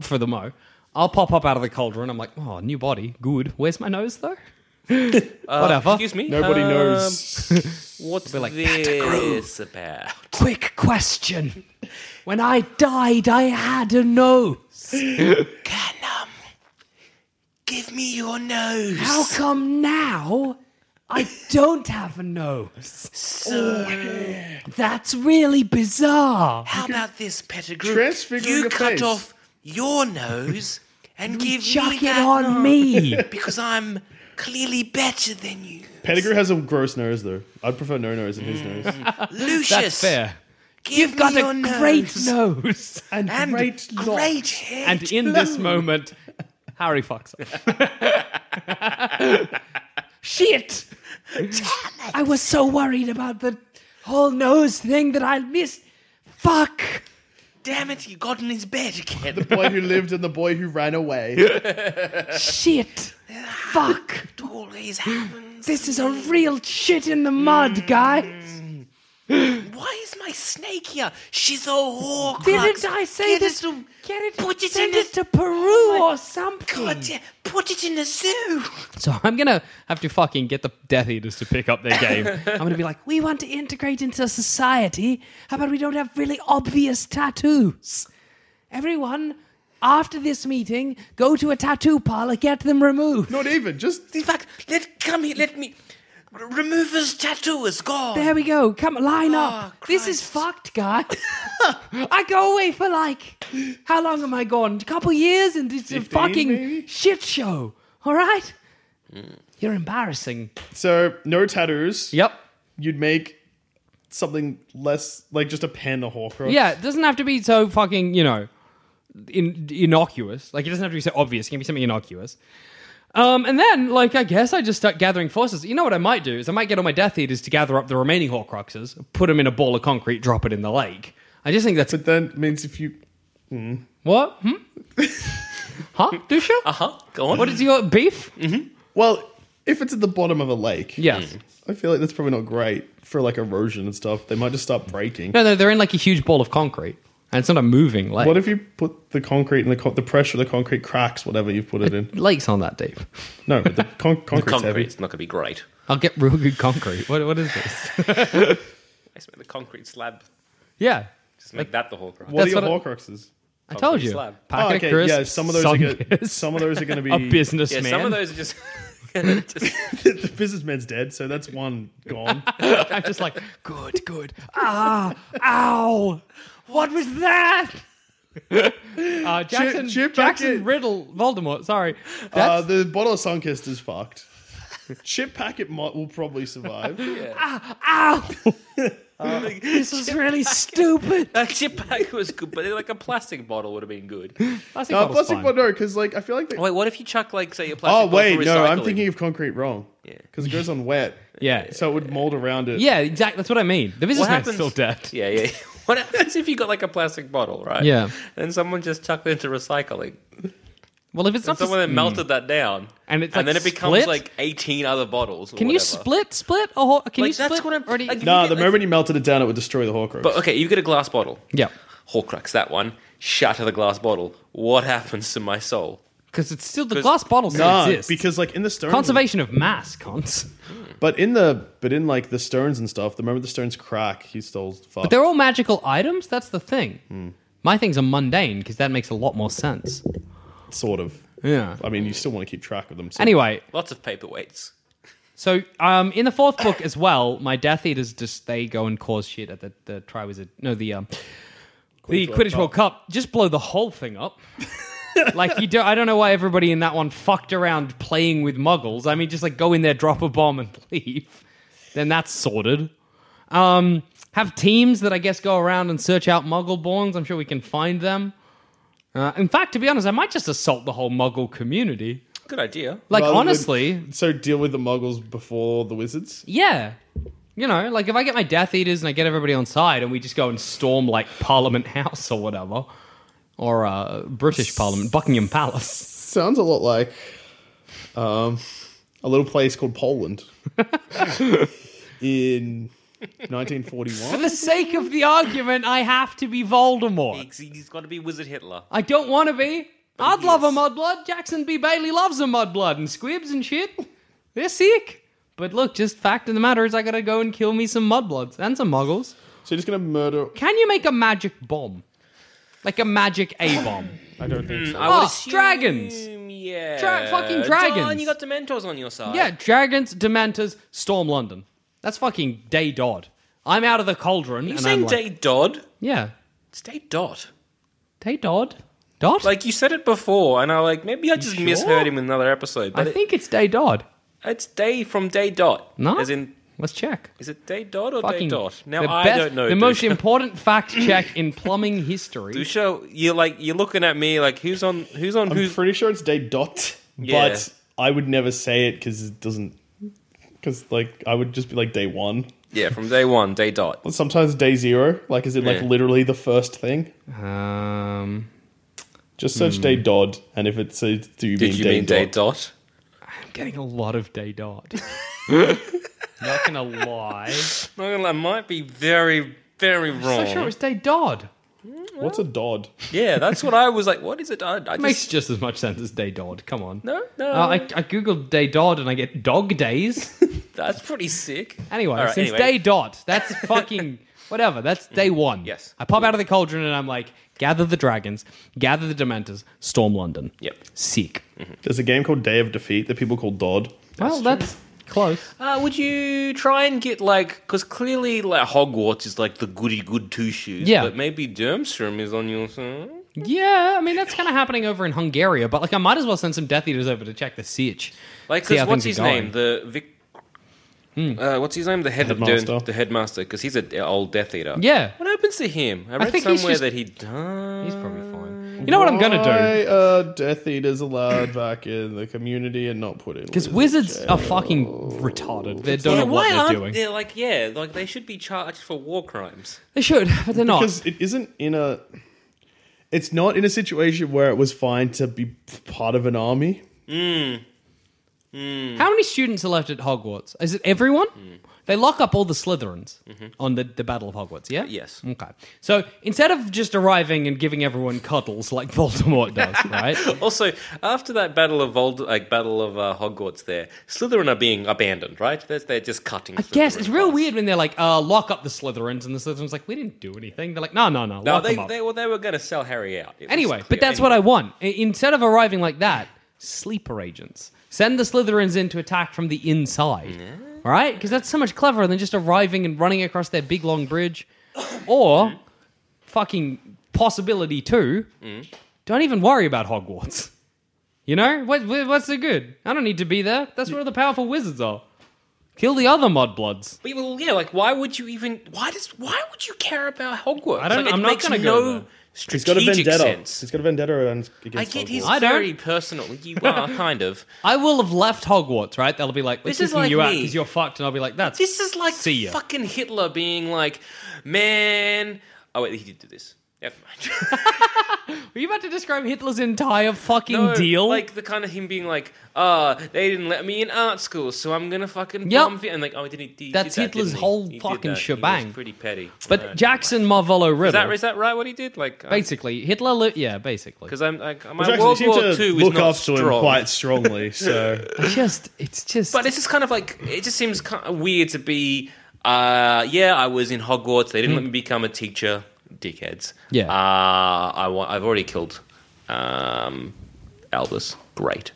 S1: for the mo. I'll pop up out of the cauldron. I'm like, oh, new body, good. Where's my nose [LAUGHS] though? Uh, Whatever.
S3: Excuse me.
S2: Nobody
S3: um,
S2: knows.
S3: what's
S1: like,
S3: this about.
S1: Quick question. When I died, I had a nose.
S3: Canum, give me your nose.
S1: How come now I don't have a nose? That's really bizarre.
S3: How about this, Pettigrew?
S2: Transfiguring
S3: you
S2: your
S3: cut
S2: face.
S3: off your nose
S1: [LAUGHS]
S3: and give
S1: Chuck
S3: me
S1: it
S3: that
S1: on
S3: nose
S1: me.
S3: because I'm clearly better than you,
S2: Pettigrew has a gross nose though. I'd prefer no nose than his
S3: Mm.
S2: nose.
S3: Lucius.
S1: That's fair.
S3: Give
S1: You've
S3: me
S1: got
S3: your
S1: a great
S3: nose
S1: nose.
S3: and great, great hair.
S1: And in this moment, Harry fucks up. [LAUGHS] Shit! I was so worried about the whole nose thing that I missed. Fuck!
S3: Damn it, you got in his bed again. [LAUGHS]
S2: the boy who lived and the boy who ran away.
S1: Shit! Fuck!
S3: All these happens.
S1: This is a real shit in the
S3: Mm.
S1: mud, guys!
S3: Why is my snake here? She's a Horcrux.
S1: Didn't I say
S3: Get it
S1: this?
S3: to-
S1: Get it,
S3: Put it
S1: send
S3: in
S1: it
S3: the- Oh
S1: to
S3: my
S1: Peru or something!
S3: God, yeah, put it in a zoo.
S1: So I'm gonna [LAUGHS] have to fucking get the Death Eaters to pick up their game. I'm gonna be like, we want to integrate into society. How about we don't have really obvious tattoos? Everyone, after this meeting, go to a tattoo parlor, get them removed.
S2: Not even just
S3: In fact, let come here. Let me r- remove his tattoo. It's gone.
S1: There we go. Come line up.
S3: Oh,
S1: This is
S3: Christ.
S1: fucked, [LAUGHS] guy. I go away for like how long am I gone? A couple years and it's a
S2: 15
S1: fucking
S2: maybe?
S1: shit show. All right? Mm. You're embarrassing.
S2: so no tattoos.
S1: Yep.
S2: You'd make something less like just a pen, a Horcrux.
S1: Yeah, it doesn't have to be so fucking, you know, in, innocuous. Like, it doesn't have to be so obvious. It can be something innocuous. Um, and then, like, I guess I just start gathering forces. You know what I might do is I might get all my Death Eaters to gather up the remaining Horcruxes, put them in a ball of concrete, drop it in the lake. I just think that's
S2: But then it means if you
S1: what? Hmm? huh? Dusha?
S2: Uh-huh.
S3: Uh huh. Go on.
S1: What is your beef?
S2: Mm-hmm. well, if it's at the bottom of a lake,
S1: Yes.
S2: I feel like that's probably not great for like erosion and stuff. They might just start breaking.
S1: No, no, they're in like a huge ball of concrete, and it's not a moving lake.
S2: What if you put the concrete and the, co- the pressure of the concrete cracks whatever you put it in?
S1: Lake's on that deep.
S2: No, but
S3: [LAUGHS]
S2: the con- concrete's
S3: concrete?
S2: heavy.
S3: It's not going to be great.
S1: I'll get real good concrete. What, what is this?
S3: I just make the concrete slab.
S1: Yeah,
S3: Just make that the Horcrux.
S2: What
S1: That's
S2: are your
S1: what
S2: Horcruxes?
S1: I told you.
S3: slab.
S1: Packet
S2: Oh,
S1: of
S2: okay,
S1: crisps,
S2: yeah. Some of those
S1: sun
S2: are
S1: [LAUGHS]
S2: gonna,
S1: kiss.
S2: some of those are going to be
S1: a businessman.
S3: Yeah, some of those are just. [LAUGHS] just
S2: [LAUGHS] the businessman's dead, so that's one
S1: [LAUGHS]
S2: gone.
S1: I'm just like, good, good. Ah, ow. What
S2: [LAUGHS]
S1: was that? uh, Jackson,
S2: chip back
S1: Jackson
S2: in.
S1: Riddle, Voldemort. Sorry,
S2: Uh,
S1: that's
S2: the bottle of Sunkist is fucked. Chip packet might, will probably
S1: [LAUGHS]
S2: survive. Uh,
S1: ow. this is really stupid.
S3: that chip pack was good, but like a plastic bottle would have been good.
S1: Plastic
S2: No,
S1: bottle's
S2: plastic
S1: fine.
S2: bottle, no, because like I feel like. They,
S3: Wait, what if you chuck like say a
S2: oh
S3: plastic? bottle
S2: wait,
S3: for
S2: no, I'm
S3: recycling?
S2: thinking of concrete wrong.
S3: Yeah.
S2: because it goes on
S3: [LAUGHS]
S2: wet,
S1: Yeah,
S2: so it would mold around it.
S1: yeah, exactly. That's what I mean.
S3: What
S1: The businessman's
S3: happens?
S1: still dead.
S3: Yeah, yeah. [LAUGHS] What happens if you got like a plastic bottle, right?
S1: Yeah.
S3: And someone just chucked it into recycling.
S1: Well, if it's
S3: And
S1: not,
S3: someone
S1: just,
S3: then melted that down.
S1: And it's, like,
S3: Mm. and then it becomes
S1: split?
S3: like 18 other bottles. Or
S1: can you
S3: whatever.
S1: split, split, or can you
S3: Like,
S1: split?
S3: that's what I'm-
S1: already?
S3: like-
S2: No,
S3: You
S2: the
S3: get, like-
S2: moment you melted it down, it would destroy the Horcrux.
S3: But okay, you get a glass bottle.
S1: yeah,
S3: Horcrux, that one. Shatter the glass bottle. What happens to my soul?
S1: because it's still the
S3: 'Cause-
S1: glass bottle still
S2: Nah,
S1: exists.
S2: because like in the stones,
S1: conservation of mass, cons.
S2: But in the but in like the stones and stuff, the moment the stones crack, he still fucked.
S1: They're all magical items. That's the thing. My things are mundane because that makes a lot more sense.
S2: sort of.
S1: Yeah.
S2: I mean, you still want to keep track of them. So.
S1: Anyway,
S3: Lots of paperweights.
S1: So, um, in the fourth book as well, my Death Eaters just they go and cause shit at the the Tri Wizard. No, the um, the
S2: World
S1: Quidditch World Cup. Just blow the whole thing up. [LAUGHS] like you do, I don't know why everybody in that one fucked around playing with Muggles. I mean, just like go in there, drop a bomb, and [LAUGHS] leave. Then that's sorted. Um, have teams that I guess go around and search out Muggleborns. I'm sure we can find them. Uh, in fact, to be honest, I might just assault the whole Muggle community.
S3: Good idea.
S1: Like
S2: Rather than-
S1: honestly,
S2: So deal with the muggles before the wizards.
S1: yeah. You know, like if I get my Death Eaters and I get everybody on side and we just go and storm like Parliament House or whatever, or uh, British Parliament, Buckingham Palace.
S2: Sounds a lot like um, a little place called [LAUGHS] Poland in 1941.
S1: [LAUGHS]
S2: [LAUGHS]
S1: For the sake of the argument, I have to be Voldemort.
S3: He's- he's got to be Wizard Hitler.
S1: I don't want to be. I'd
S3: he
S1: love a
S3: is.
S1: mudblood. Jackson B. Bailey loves a mudblood and squibs and shit. They're sick. But look, just fact of the matter is, I gotta go and kill me some mudbloods and some muggles.
S2: So you're just gonna murder?
S1: Can you make a magic bomb? Like a magic A bomb?
S2: I don't think so.
S3: Mm, I would
S1: Oh,
S3: assume-
S1: dragons.
S3: Yeah.
S1: Dra- fucking dragons.
S3: John, you got Dementors on your side.
S1: Yeah, dragons, dementors, storm London. That's fucking day Dodd. I'm out of the cauldron.
S3: You
S1: and
S3: saying
S1: I'm like-
S3: Day Dodd?
S1: Yeah,
S3: It's Day Dot.
S1: day Dodd. Dodd.
S3: Like you said it before, and I like maybe I just
S1: sure?
S3: misheard him in another episode.
S1: I
S3: But it-
S1: think it's day Dodd.
S3: it's Day from Day Dot.
S1: No,
S3: As in,
S1: let's check.
S3: is it Day Dot or Day
S1: Fucking
S3: Dot? Now
S1: the
S3: I
S1: best-
S3: don't know.
S1: The
S3: [LAUGHS]
S1: most
S3: Dusha. [COUGHS]
S1: important fact check in plumbing history.
S3: Dusha, you're like you're looking at me like who's on who's on
S2: I'm
S3: who's
S2: pretty sure it's day dot, [LAUGHS]
S3: Yeah.
S2: but I would never say it because it doesn't. Because like I would just be like day one.
S3: yeah from Day One Day Dot.
S2: But sometimes day zero. Like is it like
S3: Yeah.
S2: literally the first thing?
S1: Um,
S2: Just search day dot, and if it says do you
S3: Did
S2: mean
S3: you
S2: day
S3: mean Day
S2: dot?
S3: Dot?
S1: I'm getting a lot of day Dodd.
S3: [LAUGHS]
S1: Not gonna lie.
S3: No, I might be very very wrong.
S1: So sure it was day Dodd.
S2: What's a dod?
S3: Yeah, that's what I was like. What is it? I, I
S1: Makes
S3: just
S1: just as much sense as day Dodd. Come on.
S3: no no.
S1: Uh, I, I googled day Dodd and I get dog
S3: [LAUGHS]
S1: days.
S3: that's pretty sick.
S1: Anyway,
S3: All right,
S1: since
S3: anyway. Mm-hmm.
S1: day dot, that's [LAUGHS] fucking whatever. That's day one.
S3: Yes.
S1: I pop out of the cauldron and I'm like, gather the dragons, gather the dementors, storm London.
S3: Yep. [LAUGHS]
S1: Sick.
S2: There's a game called Day of Defeat that people call dod.
S1: well, that's close.
S3: Uh, would you try and get like because clearly like Hogwarts is like the goody good two shoes.
S1: Yeah.
S3: but maybe Durmstrom is on your side.
S1: Yeah, I mean that's kind of happening over in Hungary, but like I might as well send some Death Eaters over to check the siege.
S3: Like,
S1: See
S3: 'cause
S1: how
S3: what's
S1: things
S3: his
S1: are going.
S3: name? The Vic.
S1: Hmm.
S3: Uh, what's his name? The head of
S2: Headmaster.
S3: Durn, the headmaster, because he's an old Death Eater.
S1: Yeah.
S3: What happens to him? I read
S1: think he's
S3: somewhere
S1: just-
S3: that he died.
S1: He's probably fine. You know what I'm gonna do?
S2: Why are Death Eaters allowed back in the community and not put in?
S1: Because wizards are fucking retarded. They don't
S3: yeah,
S1: know
S3: why
S1: what they're
S3: aren't
S1: doing.
S3: they like yeah, like they should be charged for war crimes.
S1: They should, but they're not.
S2: Because it isn't in a. It's not in a situation where it was fine to be part of an army.
S1: How many students are left at Hogwarts? Is it everyone?
S3: Hmm.
S1: They lock up all the Slytherins on the, the Battle of Hogwarts, yeah?
S3: Mm-hmm. Yes.
S1: Okay. So instead of just arriving and giving everyone cuddles like [LAUGHS]
S3: [LAUGHS]
S1: Voldemort does, right?
S3: Also, after that battle of Vold- like battle of uh, Hogwarts, there Slytherin are being abandoned, right? They're, they're just cutting.
S1: I guess it's real weird when they're like, uh, lock up the Slytherins, and the Slytherins like, we didn't do anything. They're like, no, no, no,
S3: No,
S1: lock
S3: they,
S1: them up.
S3: they, well, they were going to sell Harry out. It was
S1: anyway,
S3: clear.
S1: but that's what I want. I- Instead of arriving like that, sleeper agents. Send the Slytherins in to attack from the inside. All right? Because that's so much cleverer than just arriving and running across their big long bridge. [COUGHS] Or, fucking possibility two,
S3: Mm.
S1: don't even worry about Hogwarts. You know? What, what- what's the good? I don't need to be there. That's where the powerful wizards are. Kill the other mudbloods.
S3: But, well, yeah, like why would you even? Why does? Why would you care about Hogwarts?
S1: I don't-
S3: Like, it
S1: I'm not
S3: makes
S1: gonna go
S3: no
S1: there.
S2: He's got a
S3: strategic
S2: vendetta.
S3: sense.
S2: He's got a
S3: I
S2: vendetta and against
S3: get
S2: Hogwarts.
S3: he's
S1: I don't-
S3: very personal. You
S1: [LAUGHS]
S3: are kind of.
S1: I will have left Hogwarts, right? They'll be like, we're
S3: This is
S1: kicking
S3: like
S1: you out
S3: me.
S1: because you're fucked. And I'll be like, that's
S3: This is like
S1: See ya.
S3: fucking Hitler being like, man. Oh wait, he did do this. Never
S1: [LAUGHS]
S3: mind.
S1: Were you about to describe Hitler's entire fucking
S3: No,
S1: deal?
S3: Like the kind of him being like, uh, they didn't let me in art school, so I'm gonna fucking
S1: Yep.
S3: bomb it. And like, oh, did he? he did
S1: That's
S3: that,
S1: Hitler's
S3: didn't he?
S1: whole
S3: He did
S1: fucking
S3: that. He was
S1: shebang.
S3: pretty petty.
S1: but
S3: Alright.
S1: Jackson Marvolo Riddle,
S3: uh, is that is that right? What he did? Like,
S1: basically Hitler, li- yeah, basically.
S3: because I'm like, my
S2: Jackson,
S3: World
S2: you
S3: War
S2: seem to
S3: Two is
S2: look
S3: not
S2: up to him
S3: strong.
S2: quite
S3: [LAUGHS]
S2: strongly. So
S1: just, it's just,
S3: But it's just kind of like it just seems kind of weird to be. Uh, yeah, I was in Hogwarts. They didn't let me become a teacher. Dickheads.
S1: Hmm. Yeah.
S3: Uh, I wa-
S1: Mm-hmm.
S3: I've already killed um, Albus. Great.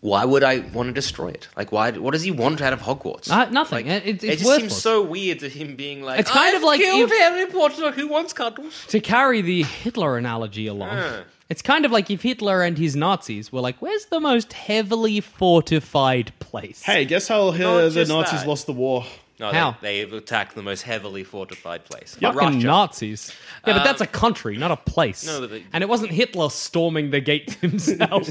S3: why would I want to destroy it? Like, why? What does he want out of Hogwarts?
S1: Uh, nothing. It- it's
S3: it just
S1: worthless.
S3: seems so weird to him being like,
S1: It's kind
S3: "I've
S1: of like
S3: killed
S1: if-
S3: Harry Potter. Who wants cuddles?
S1: to carry the Hitler analogy along,
S3: Yeah.
S1: it's kind of like if Hitler and his Nazis were like, "Where's the most heavily fortified place?"
S2: Hey, guess how
S3: Not
S2: uh, the
S3: just
S2: Nazis
S3: that.
S2: lost the war?
S3: No,
S1: How?
S3: They, they attacked the most heavily fortified place.
S1: fucking
S3: Russia. Uh,
S1: Nazis. Yeah, but that's a country, not a place.
S3: No, but they-
S1: and it wasn't Hitler storming the gates [LAUGHS]
S3: [LAUGHS]
S1: himself.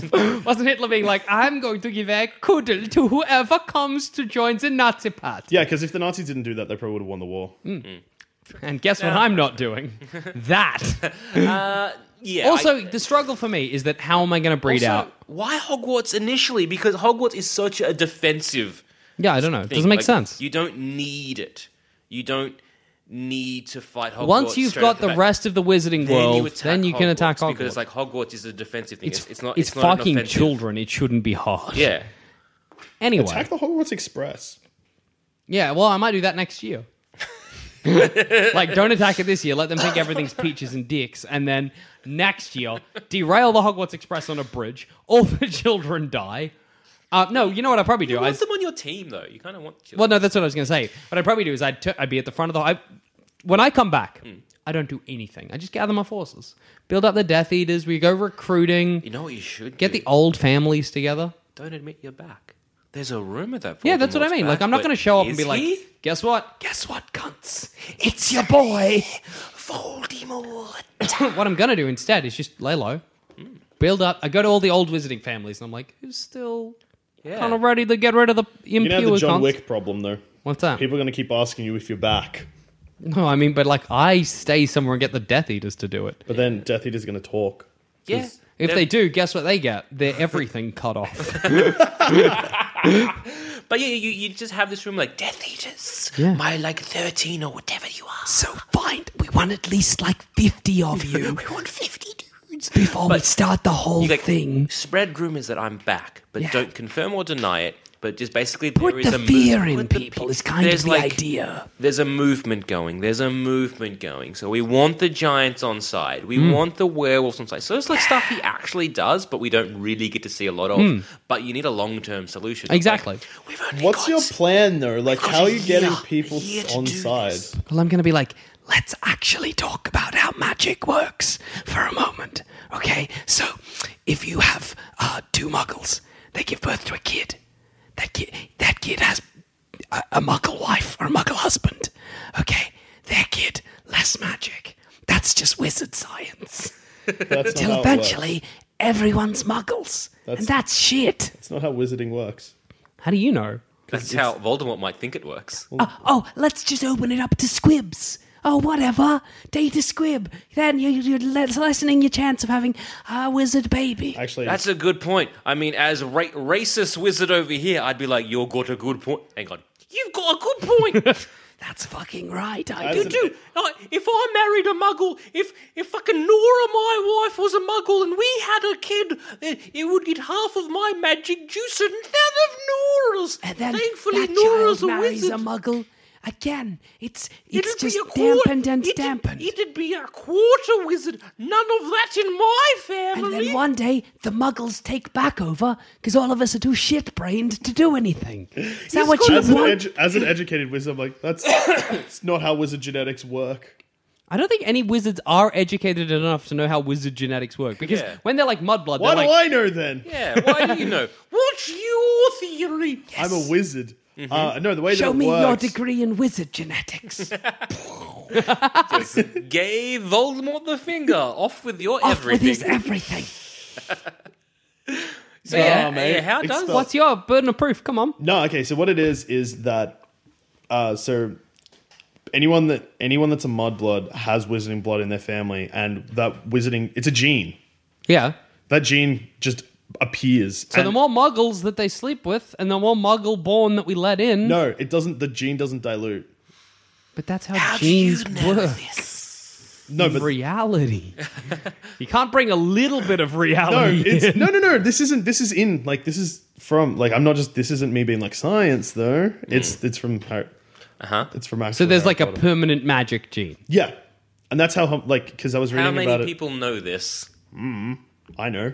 S1: wasn't Hitler being like, "I'm going to give a kuddle to whoever comes to join the Nazi party."
S2: Yeah, because if the Nazis didn't do that, they probably would have won the war.
S3: Mm.
S1: And guess what? I'm not doing
S3: [LAUGHS]
S1: that.
S3: Yeah.
S1: also,
S3: I-
S1: the struggle for me is that how am I going to breed
S3: also,
S1: out?
S3: why Hogwarts initially? Because Hogwarts is such a defensive.
S1: Yeah, I don't know. It
S3: thing.
S1: Doesn't make
S3: Like,
S1: sense.
S3: You don't need it. You don't need to fight Hogwarts.
S1: Once you've
S3: straight off
S1: got the
S3: bat.
S1: rest of the wizarding world,
S3: attack
S1: then you can attack Hogwarts.
S3: because it's like Hogwarts is a defensive thing. It's, it's not.
S1: It's,
S3: It's, not an
S1: fucking
S3: offensive-
S1: children. It shouldn't be hard.
S3: Yeah.
S1: Anyway.
S2: Attack the Hogwarts
S3: Mm.
S2: Express.
S1: yeah. Well, I might do that
S3: [LAUGHS]
S1: next year. like, don't attack it this year. Let them think everything's peaches and dicks, and then next year derail the Hogwarts Express on a bridge. All the [LAUGHS] children die. Uh, no, you know what I probably do.
S3: You
S1: I,
S3: want them on your team though. You kind of want. Children.
S1: well, no, that's what I was going to say. What I'd probably do is I'd, tu- I'd be at the front of the. I, when I come back,
S3: Hmm.
S1: I don't do anything. I just gather my forces, build up the Death Eaters. We go recruiting.
S3: You know what you should
S1: Get
S3: do?
S1: the old families together.
S3: Don't admit you're back. There's a rumor that.
S1: Yeah, that's what I
S3: Voldemort's
S1: mean.
S3: back,
S1: Like, I'm not
S3: but
S1: going to show up and
S3: is
S1: be
S3: he?
S1: like, guess what? Guess what, cunts? It's your boy,
S3: Voldemort.
S1: what I'm going to do instead is just lay low, build up. I go to all the old wizarding families and I'm like, who's still
S3: Yeah.
S1: kind of ready to get rid of the impure
S2: You know the John
S1: cunts?
S2: Wick problem, though.
S1: What's that?
S2: People are going to keep asking you if you're back,
S1: No, I mean, but like, I stay somewhere and get the Death Eaters to do it.
S2: but then Death Eater's going to talk.
S3: Yeah.
S1: If
S3: They're-
S1: they do, guess what they get? Their everything cut off.
S3: But yeah, you, you just have this room like Death Eaters.
S1: Yeah.
S3: My like thirteen or whatever you are.
S4: [LAUGHS] So fine, we want at least like
S1: [LAUGHS]
S4: 50 of you. we want 50 dudes. Before we start the whole
S3: You like
S4: thing.
S3: spread rumors that I'm back, but
S4: Yeah.
S3: don't confirm or deny it. But just basically,
S4: Put
S3: there is
S4: the
S3: a
S4: fear
S3: move-
S4: in
S3: Put the
S4: people
S3: pe-
S4: is kind
S3: There's
S4: of the
S3: like-
S4: idea.
S3: There's a movement going. There's a movement going. So we want the giants on side. We want the werewolves on side. So it's like stuff he actually does, but we don't really get to see a lot of. But you need a long term solution. It's like,
S1: Exactly.
S3: We've only
S2: What's
S3: got
S2: your plan, though? Like, how are
S3: a
S2: you getting
S3: year-
S2: people
S3: a year to
S2: on
S3: do
S2: side?
S3: this. [LAUGHS]
S4: Well, I'm going to be like, let's actually talk about how magic works for a moment. Okay? So, if you have uh, two muggles, they give birth to a kid. That kid, that kid has a, a muggle wife or a muggle husband. Okay? Their kid, less magic. That's just wizard science.
S2: That's not
S4: Till
S2: how it works.
S4: eventually, everyone's muggles. and that's shit.
S2: It's not how wizarding works.
S1: How do you know?
S3: That's how Voldemort might think it works.
S4: Oh, oh, let's just open it up to squibs. Oh, whatever. Data squib. Then you, you're less- lessening your chance of having a wizard baby.
S2: Actually,
S3: That's a good point. I mean, as ra- racist wizard over here, I'd be like, "You got a good point." Hang on, you've got a good point.
S4: That's fucking right. I
S2: That's
S4: do.
S2: an-
S3: Dude, I- if I married a muggle, if if fucking Nora, my wife, was a muggle and we had a kid, eh, it, it would get half of my magic juice and none of Nora's.
S4: And then
S3: Thankfully,
S4: that
S3: Nora's
S4: child
S3: a
S4: marries
S3: wizard.
S4: a muggle. Again, it's it's
S3: It'd be
S4: just
S3: a quar-
S4: dampened and
S3: it'd-
S4: dampened.
S3: It'd be a quarter wizard. None of that in my
S4: and
S3: family.
S4: then one day the muggles take back over because all of us are too shit brained to
S3: [LAUGHS]
S4: do anything. Is that what you
S2: as an,
S4: want?
S2: edu- as an educated wizard, I'm
S3: [COUGHS]
S2: like, that's it's not how wizard genetics work.
S1: I don't think any wizards are educated enough to know how wizard genetics work. Because
S3: Yeah.
S1: when they're like mudblood,
S2: Why
S1: they're
S2: do
S1: like,
S2: I know then?
S3: Yeah, why do you know? What's your theory?
S2: I'm a wizard.
S3: Mm-hmm.
S2: Uh, no, the way that
S4: Show
S2: it
S4: me your
S2: works.
S4: degree in
S1: [LAUGHS]
S4: wizard genetics.
S3: Gave Voldemort the finger. Off with your
S4: Off with
S3: everything.
S4: his everything.
S3: So yeah,
S2: Oh, mate.
S3: yeah, how does
S2: Expel-
S1: What's your burden of proof? Come on.
S2: No, okay. So what it is is that uh, so anyone that anyone that's a mudblood has wizarding blood in their family, and that wizarding it's a gene.
S1: Yeah.
S2: That gene just appears.
S1: So the more muggles that they sleep with and the more muggle born that we let in.
S2: no, it doesn't. The gene doesn't dilute.
S1: But that's how, genes work.
S2: No, but
S1: [LAUGHS] Reality. you can't bring a little bit of
S2: no,
S1: [LAUGHS] reality.
S2: it's
S1: in.
S2: no, no, no. This isn't. This is in. Like this is from. Like I'm not just. This isn't me being like science though. It's it's from. Uh huh. It's from.
S1: Hmm. Uh-huh. So there's like a permanent magic gene.
S2: yeah, and that's how like because I was reading
S3: How many
S2: about it.
S3: people know this?
S2: I
S3: [LAUGHS]
S2: know.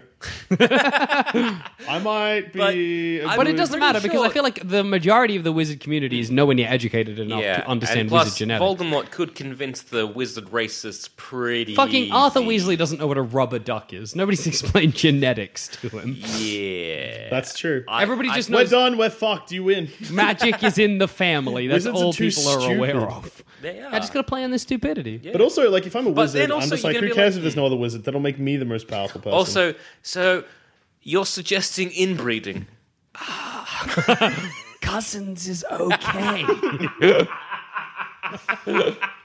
S2: I might be. uh, a
S3: But-
S1: But it
S2: good-
S1: doesn't matter because I feel like the majority of the wizard community is nowhere near educated enough
S3: Yeah,
S1: to understand
S3: and plus,
S1: wizard genetics.
S3: Voldemort could convince the wizard racists pretty.
S1: Fucking Arthur
S3: easy.
S1: Weasley doesn't know what a rubber duck is. Nobody's [LAUGHS] explained genetics to him.
S3: Yeah,
S2: That's true.
S1: Everybody just
S2: we're
S1: knows [LAUGHS]
S2: done. We're fucked. You win.
S1: magic is in the family. That's
S2: Wizards are
S1: all
S2: too
S1: people are aware
S2: stupid.
S1: of.
S3: They
S1: I just
S3: are.
S1: gotta play on this stupidity.
S2: But also, like, if I'm a wizard,
S3: then
S2: I'm
S3: also
S2: just
S3: you're
S2: like,
S3: gonna
S2: who
S3: be
S2: cares
S3: like-
S2: if there's no other wizard? That'll make me the most powerful person.
S3: Also, so you're suggesting inbreeding.
S4: Cousins is okay.
S2: [LAUGHS]
S1: [LAUGHS]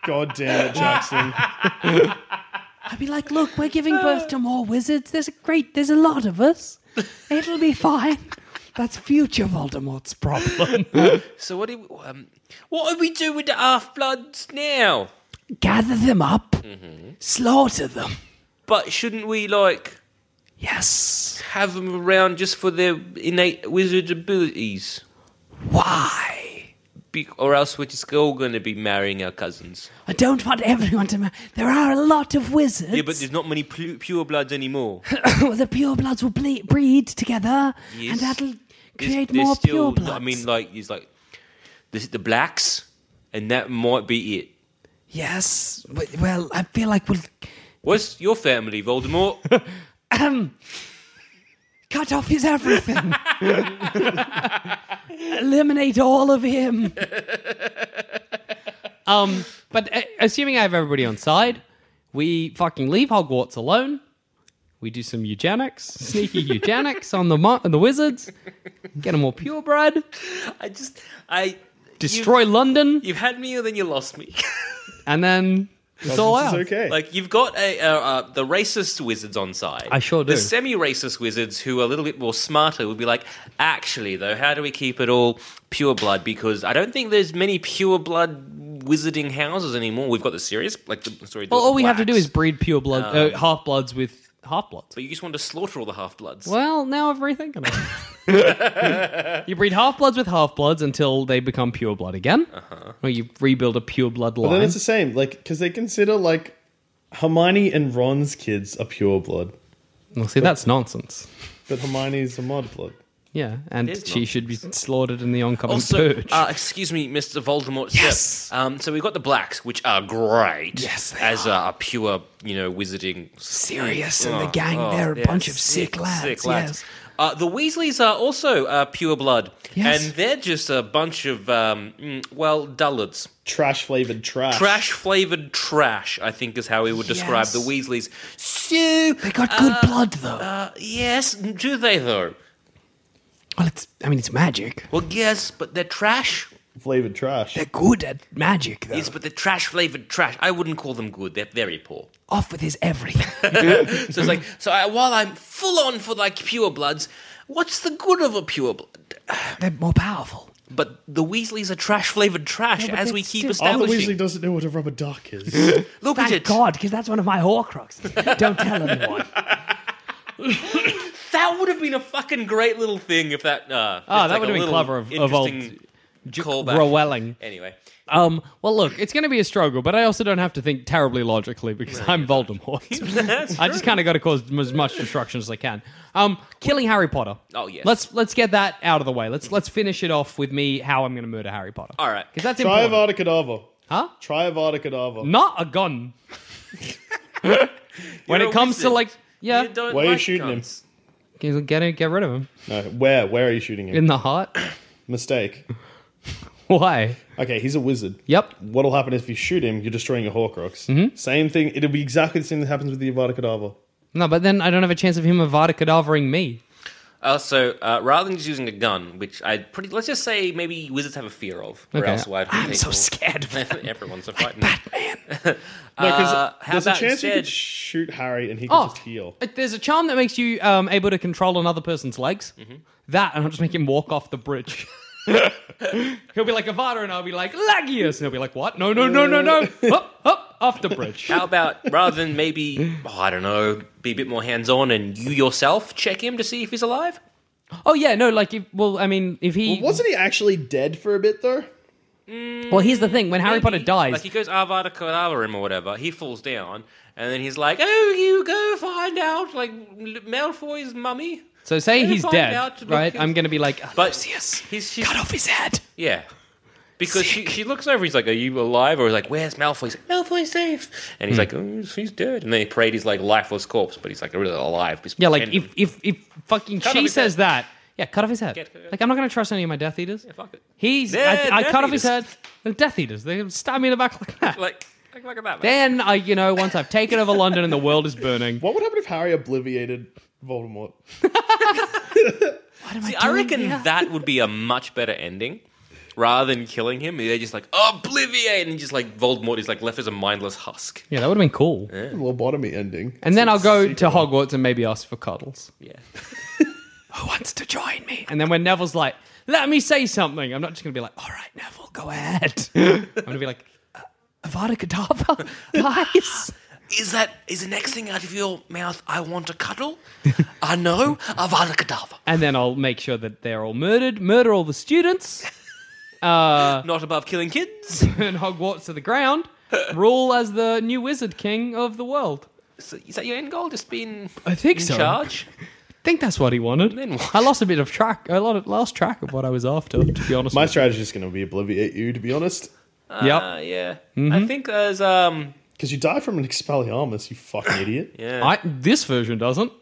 S2: God damn
S3: [LAUGHS]
S2: it, Jackson.
S4: I'd be like, look, we're giving birth to more wizards. There's a great, there's a lot of us. It'll be fine. That's future Voldemort's problem. [LAUGHS]
S3: So what do we, um, what do we do with the half bloods now?
S4: Gather them up, slaughter them.
S3: But shouldn't we like
S4: Yes.
S3: have them around just for their innate wizard abilities?
S4: Why?
S3: Be- or else we're just all going to be marrying our cousins.
S4: I don't want everyone to. Ma- there are a lot of wizards.
S3: Yeah, but there's not many pu- pure bloods
S4: [LAUGHS]
S3: anymore.
S4: the purebloods will ble- breed together,
S3: Yes.
S4: and that'll
S3: There's-
S4: create
S3: there's
S4: more
S3: still-
S4: purebloods.
S3: I mean, like there's like there's the blacks, and that might be it.
S4: yes. W- Well, I feel like we'll
S3: What's your family,
S4: [LAUGHS]
S3: Voldemort?
S4: um, cut off
S3: [LAUGHS]
S4: his everything. Eliminate all of him.
S1: Um, but uh, assuming I have everybody on side, we fucking leave Hogwarts alone. We do some eugenics, sneaky eugenics on the mo- on the wizards. Get them all purebred.
S3: I just I
S1: Destroy
S3: You've,
S1: London,
S3: you've had me, and then you lost me.
S1: and then it's all
S2: It's
S1: out.
S2: okay.
S3: Like you've got a, uh, uh, the racist wizards on side.
S1: I sure do.
S3: The semi-racist wizards who are a little bit more smarter would be like, actually, though, how do we keep it all pure blood? Because I don't think there's many pure blood wizarding houses anymore. We've got the serious, like the sorry. the
S1: Well, all we have to do
S3: blacks.
S1: is breed pure blood, uh, half bloods with half bloods.
S3: But you just want to slaughter all the half bloods.
S1: Well, now I'm rethinking it. you breed half bloods with half bloods until they become pure blood again, uh-huh. or you rebuild a pure blood
S2: but then
S1: line.
S2: it's the same, like, because they consider like Hermione and Ron's kids are pure blood,
S1: Well, see, that's nonsense.
S2: but Hermione's a mod blood.
S1: Yeah, and
S3: is
S1: she should be slaughtered in the oncoming
S3: Also,
S1: purge.
S3: uh, excuse me, Mr. Voldemort.
S4: Yes.
S3: Sir. Um, so we've got the blacks, which are great.
S4: Yes, they
S3: as A, a pure, you know, wizarding.
S4: Sirius and the
S3: Oh,
S4: gang,
S3: oh,
S4: they're a
S3: yeah,
S4: bunch of sick, lads.
S3: Sick lads.
S4: Yes.
S3: Uh, the Weasleys are also uh, pure blood,
S4: Yes.
S3: and they're just a bunch of um, mm, well dullards,
S2: Trash flavored trash.
S3: trash flavored trash. I think is how we would describe
S4: Yes.
S3: the Weasleys. So
S4: They got good blood, though.
S3: uh, yes, do they though?
S4: well, it's, I mean, it's magic.
S3: Well, yes, but they're trash.
S2: flavored trash.
S4: They're good at magic, though.
S3: Yes, but they're trash flavored trash. I wouldn't call them good. They're very poor.
S4: Off with his
S3: [LAUGHS]
S4: everything.
S3: So it's like, so I, while I'm full on for like pure bloods, what's the good of a pure blood?
S4: They're more powerful.
S3: But the Weasleys are trash flavored trash,
S4: Yeah, but
S3: as we
S4: that's
S3: keep
S4: still-
S2: Arthur
S3: establishing.
S2: Weasley doesn't know what a rubber duck is.
S3: Look at
S4: Thank
S3: it.
S4: God, because that's one of my Horcruxes. Don't
S3: [LAUGHS]
S4: tell anyone.
S3: That would have been a fucking great little thing if that. Uh,
S1: Ah, that would have been clever of- of old J- Rowelling.
S3: Anyway,
S1: Um, well, look, it's going to be a struggle, but I also don't have to think terribly logically because I'm Voldemort.
S3: [LAUGHS] That's
S1: [LAUGHS] I just kind of got to cause m- as much destruction as I can. Um, killing Harry Potter.
S3: Oh, yes.
S1: Let's let's get that out of the way. Let's let's finish it off with me how I'm going to murder Harry Potter.
S3: All right.
S1: because that's
S2: Try
S1: important.
S2: Avada Kedavra.
S3: [LAUGHS]
S1: Huh?
S2: Try Avada Kedavra.
S1: Not a gun. when
S3: You're
S1: it
S3: a
S1: comes to
S3: wizard.
S1: like, yeah,
S3: You don't
S2: Why are you
S3: like
S2: shooting him?
S3: guns.
S1: get get get rid of him
S2: No, where? Where are you shooting him?
S1: in the heart.
S2: Mistake.
S1: Why?
S2: Okay, he's a wizard.
S1: Yep. Mm-hmm.
S2: What'll happen if you shoot him? You're destroying a Horcrux. Same thing. It'll be exactly the same that happens with the Avada Kedavra.
S1: No, but then I don't have a chance of him Avada Kedavraing me.
S3: Also, uh, rather than just using a gun, which I pretty let's just say maybe wizards have a fear of, or
S1: Okay.
S3: else why do
S4: I'm so
S3: people-
S4: scared of them.
S3: [LAUGHS] Everyone's so frightened.
S4: Batman.
S2: No, because
S3: Uh, how
S2: there's a
S3: about
S2: chance you
S3: instead-
S2: could shoot Harry and he could
S1: Oh,
S2: just heal.
S1: it- there's a charm that makes you um, able to control another person's legs.
S3: Mm-hmm.
S1: That, and I'll just make him walk off the bridge.
S3: [LAUGHS]
S1: He'll be like Avada, and I'll be like Lagius, and he'll be like, "What? No, no, no,
S3: [LAUGHS]
S1: no, no! Up, up, off the bridge."
S3: How about rather than maybe oh, I don't know, be a bit more hands on and you yourself check him to see if he's alive?
S1: Oh yeah, no, like, if, well, I mean, if he
S2: Wasn't he actually dead for a bit though?
S1: Well, here's the thing: when Harry Potter
S3: Maybe.
S1: dies,
S3: Like he goes Avada Kedavra or whatever. He falls down, and then he's like, "Oh, you go find out, like L- Malfoy's mummy."
S1: so say
S3: Go
S1: he's
S3: find
S1: dead,
S3: out, look,
S1: right?
S3: he's-
S1: I'm going to be like,
S3: But
S4: Lucius,
S3: he's she's,
S4: cut off his head.
S3: yeah, because she, she looks over. He's like, "Are you alive?" Or he's like, "Where's Malfoy?" He's like, "Malfoy's safe," and he's
S1: Hmm.
S3: like, oh, "He's dead." And they parade his like lifeless corpse, but he's like really alive. He's
S1: yeah, like
S3: pretending.
S1: if if if fucking
S3: Cut off
S1: she
S3: his
S1: says
S3: head.
S1: that, yeah, cut off his head.
S3: Get- get-
S1: Like I'm not going to trust any of my Death Eaters.
S3: fuck it.
S1: He's
S3: They're
S1: I, I
S3: Death
S1: cut off his head.
S3: Eaters.
S1: They're Death Eaters. They stab me in the back like that.
S3: like, like look at that. Man.
S1: then I, you know, once I've taken over London and the world is burning,
S2: What would happen if Harry obliviated Voldemort?
S3: See, I reckon that would be a much better ending. Rather than killing him, they're just like obliviate, and just like Voldemort is like left as a mindless husk.
S1: yeah, that would have been cool.
S2: Lobotomy ending.
S1: And then I'll go to Hogwarts and maybe ask for cuddles.
S3: Yeah.
S4: Who wants to join me?
S1: And then when Neville's like, "Let me say something," I'm not just going to be like, "All right, Neville, go ahead." [LAUGHS] I'm going to be like, "Uh,
S4: Avada Kedavra?
S1: [LAUGHS]
S4: Lies?
S3: Is that is the next thing out of your mouth? I want to cuddle. I know Avada Kedavra.
S1: and then I'll make sure that they're all murdered, murder all the students, [LAUGHS]
S3: Not above killing kids.
S1: burn Hogwarts to the ground, rule as the new wizard king of the world.
S3: Is that- is that your end goal? Just being
S1: I think
S3: in
S1: so.
S3: charge.
S1: think that's what he wanted.
S3: Then what?
S1: I lost a bit of track. I lo- lost track of what I was after, to be honest.
S2: My
S1: with
S2: strategy is going to be obliviate you, to be honest.
S1: you. yep.
S3: Uh, yeah. I think there's um.
S2: Because you die from an Expelliarmus, you fucking
S3: [LAUGHS]
S2: idiot.
S3: Yeah.
S1: I, this version doesn't.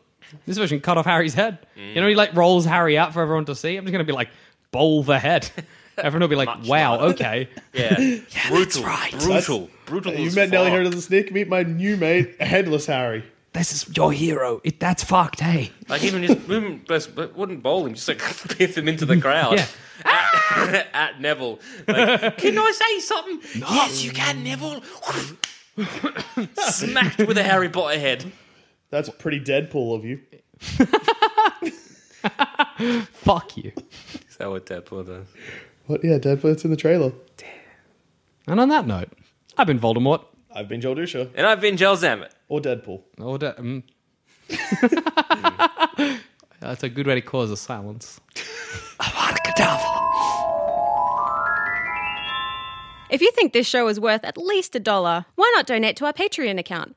S1: This version cut off Harry's head. You know, he like rolls Harry out for everyone to see. I'm just gonna be like, bowl
S3: [LAUGHS]
S1: the head. Everyone will be like, wow, okay.
S3: yeah. brutal.
S4: that's right.
S3: Brutal. brutal.
S2: You
S3: as
S2: met Nelly
S3: fuck.
S2: Harry the Sneak, meet my new mate, Headless Harry.
S4: This is your hero. It, that's fucked, hey?
S3: Like even just even just- wouldn't bowl him, just like [LAUGHS] piff him into the crowd. [LAUGHS]
S1: Yeah.
S3: At, at Neville, like, can I say something? Yes, you can, Neville. [LAUGHS] Smacked with a Harry Potter head.
S2: That's pretty Deadpool of you.
S1: Fuck you.
S3: Is that what Deadpool does?
S2: What? Yeah, Deadpool, it's in the trailer.
S1: And on that note, I've been Voldemort.
S2: I've been Joel Dusha.
S3: And I've been Joel Zammett.
S2: Or Deadpool.
S1: Or da- mm. [LAUGHS]
S3: Hmm.
S1: That's a good way to cause a silence.
S4: Avada Kedavra.
S5: If you think this show is worth at least a dollar, why not donate to our Patreon account?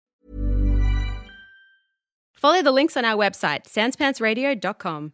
S5: Follow the links on our website, sanspantsradio.com.